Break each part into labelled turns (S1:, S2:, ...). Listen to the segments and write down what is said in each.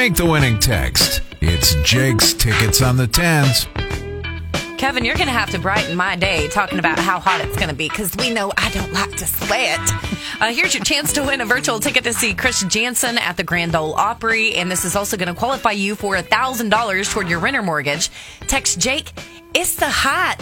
S1: Make the winning text. It's Jake's Tickets on the Tens.
S2: Kevin, you're going to have to brighten my day talking about how hot it's going to be because we know I don't like to sweat. Uh, here's your chance to win a virtual ticket to see Chris Jansen at the Grand Ole Opry, and this is also going to qualify you for $1,000 toward your renter mortgage. Text Jake, it's the hot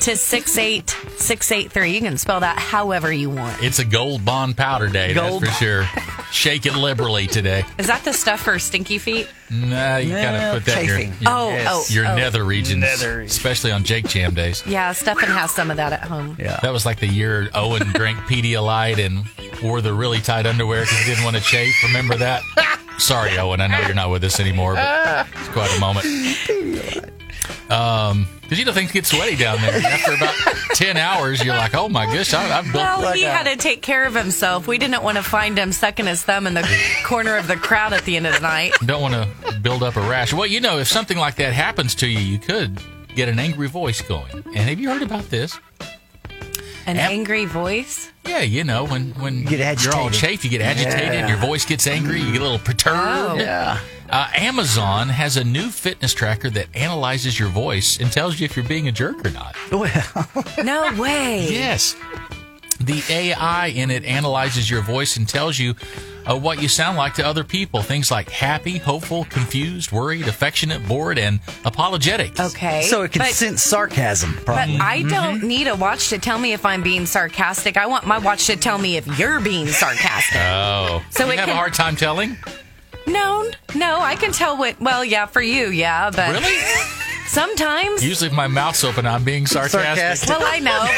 S2: to 68683. You can spell that however you want.
S3: It's a gold bond powder day,
S2: Gold.
S3: that's for sure. Shake it liberally today.
S2: Is that the stuff for stinky feet?
S3: Nah, you gotta
S4: Well,
S3: put that in your,
S4: chafing.
S3: your,
S2: Oh, oh,
S3: your
S2: oh.
S3: nether regions,
S4: Nether.
S3: especially on Jake Jam days.
S2: Yeah, Stefan has some of that at home.
S3: That was like the year Owen drank Pedialyte and wore the really tight underwear because he didn't want to chafe. Remember that? Sorry, Owen. I know you're not with us anymore, but it's quite a moment. Um, because you know things get sweaty down there. After about ten hours, you're like, "Oh my gosh, I, I've built
S2: Well, he
S4: Blackout.
S2: had to take care of himself. We didn't want to find him sucking his thumb in the corner of the crowd at the end of the night.
S3: don't want to build up a rash. Well, you know, if something like that happens to you, you could get an angry voice going. And have you heard about this?
S2: An
S3: Am-
S2: angry voice?
S3: Yeah, you know, when when you
S4: get
S3: are all
S4: agitated.
S3: chafed, you get agitated,
S4: Yeah.
S3: your voice gets angry, you get a little
S2: Oh.
S3: perturbed.
S4: Yeah.
S3: Uh, Amazon has a new fitness tracker that analyzes your voice and tells you if you're being a jerk or not.
S4: Well,
S2: No way.
S3: Yes. The AI in it analyzes your voice and tells you uh, what you sound like to other people. Things like happy, hopeful, confused, worried, affectionate, bored, and apologetic.
S2: Okay.
S4: so it can
S2: but,
S4: sense sarcasm,
S2: but
S4: probably.
S2: I
S4: Mm-hmm.
S2: don't need a watch to tell me if I'm being sarcastic. I want my watch to tell me if you're being sarcastic.
S4: Uh.
S3: Oh.
S2: So
S3: you
S2: it
S3: have
S2: can-
S3: a hard time telling?
S2: no, no, I can tell what. Well, yeah, for you, yeah, but
S3: Really?
S2: sometimes.
S3: Usually, if my mouth's open, I'm being sarcastic.
S4: Sarcastic.
S2: well, I know, but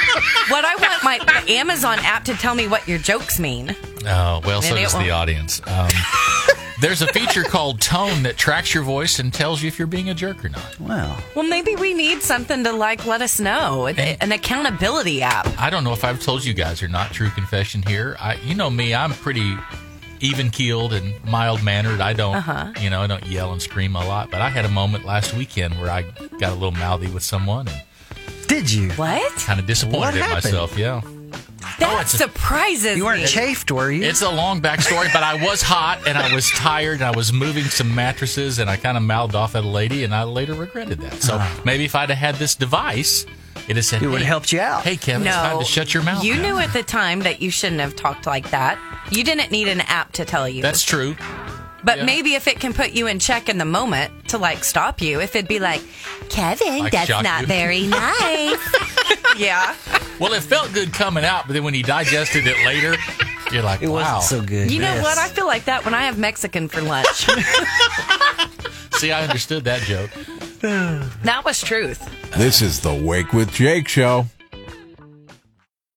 S2: it, what I want my the Amazon app to tell me what your jokes mean.
S3: Oh, well, so
S2: Maybe it
S3: does
S2: won't.
S3: the audience. Um, there's a feature called tone that tracks your voice and tells you if you're being a jerk or not.
S4: well,
S2: Well, maybe we need something to like let us know. An, an accountability app.
S3: I don't know if I've told you guys or not. True confession here. I, you know me, I'm pretty even keeled and mild mannered. I don't, you know, I don't yell and scream a lot. But I had a moment last weekend where I got a little mouthy with someone and
S4: did you?
S2: What?
S3: kind of disappointed at
S4: happened?
S3: myself. Yeah.
S2: That
S3: Oh, it's a-
S2: surprises me.
S4: You weren't chafed, were you?
S3: It's a long backstory, but I was hot and I was tired and I was moving some mattresses and I kind of mouthed off at a lady and I later regretted that. So maybe if I'd have had this device, it have said,
S4: Uh-huh. It would
S3: hey,
S4: have helped you out.
S3: Hey, Kevin,
S2: no,
S3: it's time to shut your mouth.
S2: You
S3: now."
S2: knew at the time that you shouldn't have talked like that. You didn't need an app to tell you.
S3: That's true.
S2: but
S3: yeah.
S2: maybe if it can put you in check in the moment to like stop you, if it'd be like, Kevin,
S3: Like
S2: that's
S3: shock
S2: not
S3: you.
S2: very nice. yeah.
S3: Well, it felt good coming out, but then when you digested it later, you're like,
S4: It wasn't
S3: wow.
S4: so good.
S2: You know
S4: Yes.
S2: what? I feel like that when I have Mexican for lunch.
S3: See, I understood that joke.
S2: that was truth.
S1: This is the Wake with Jake show.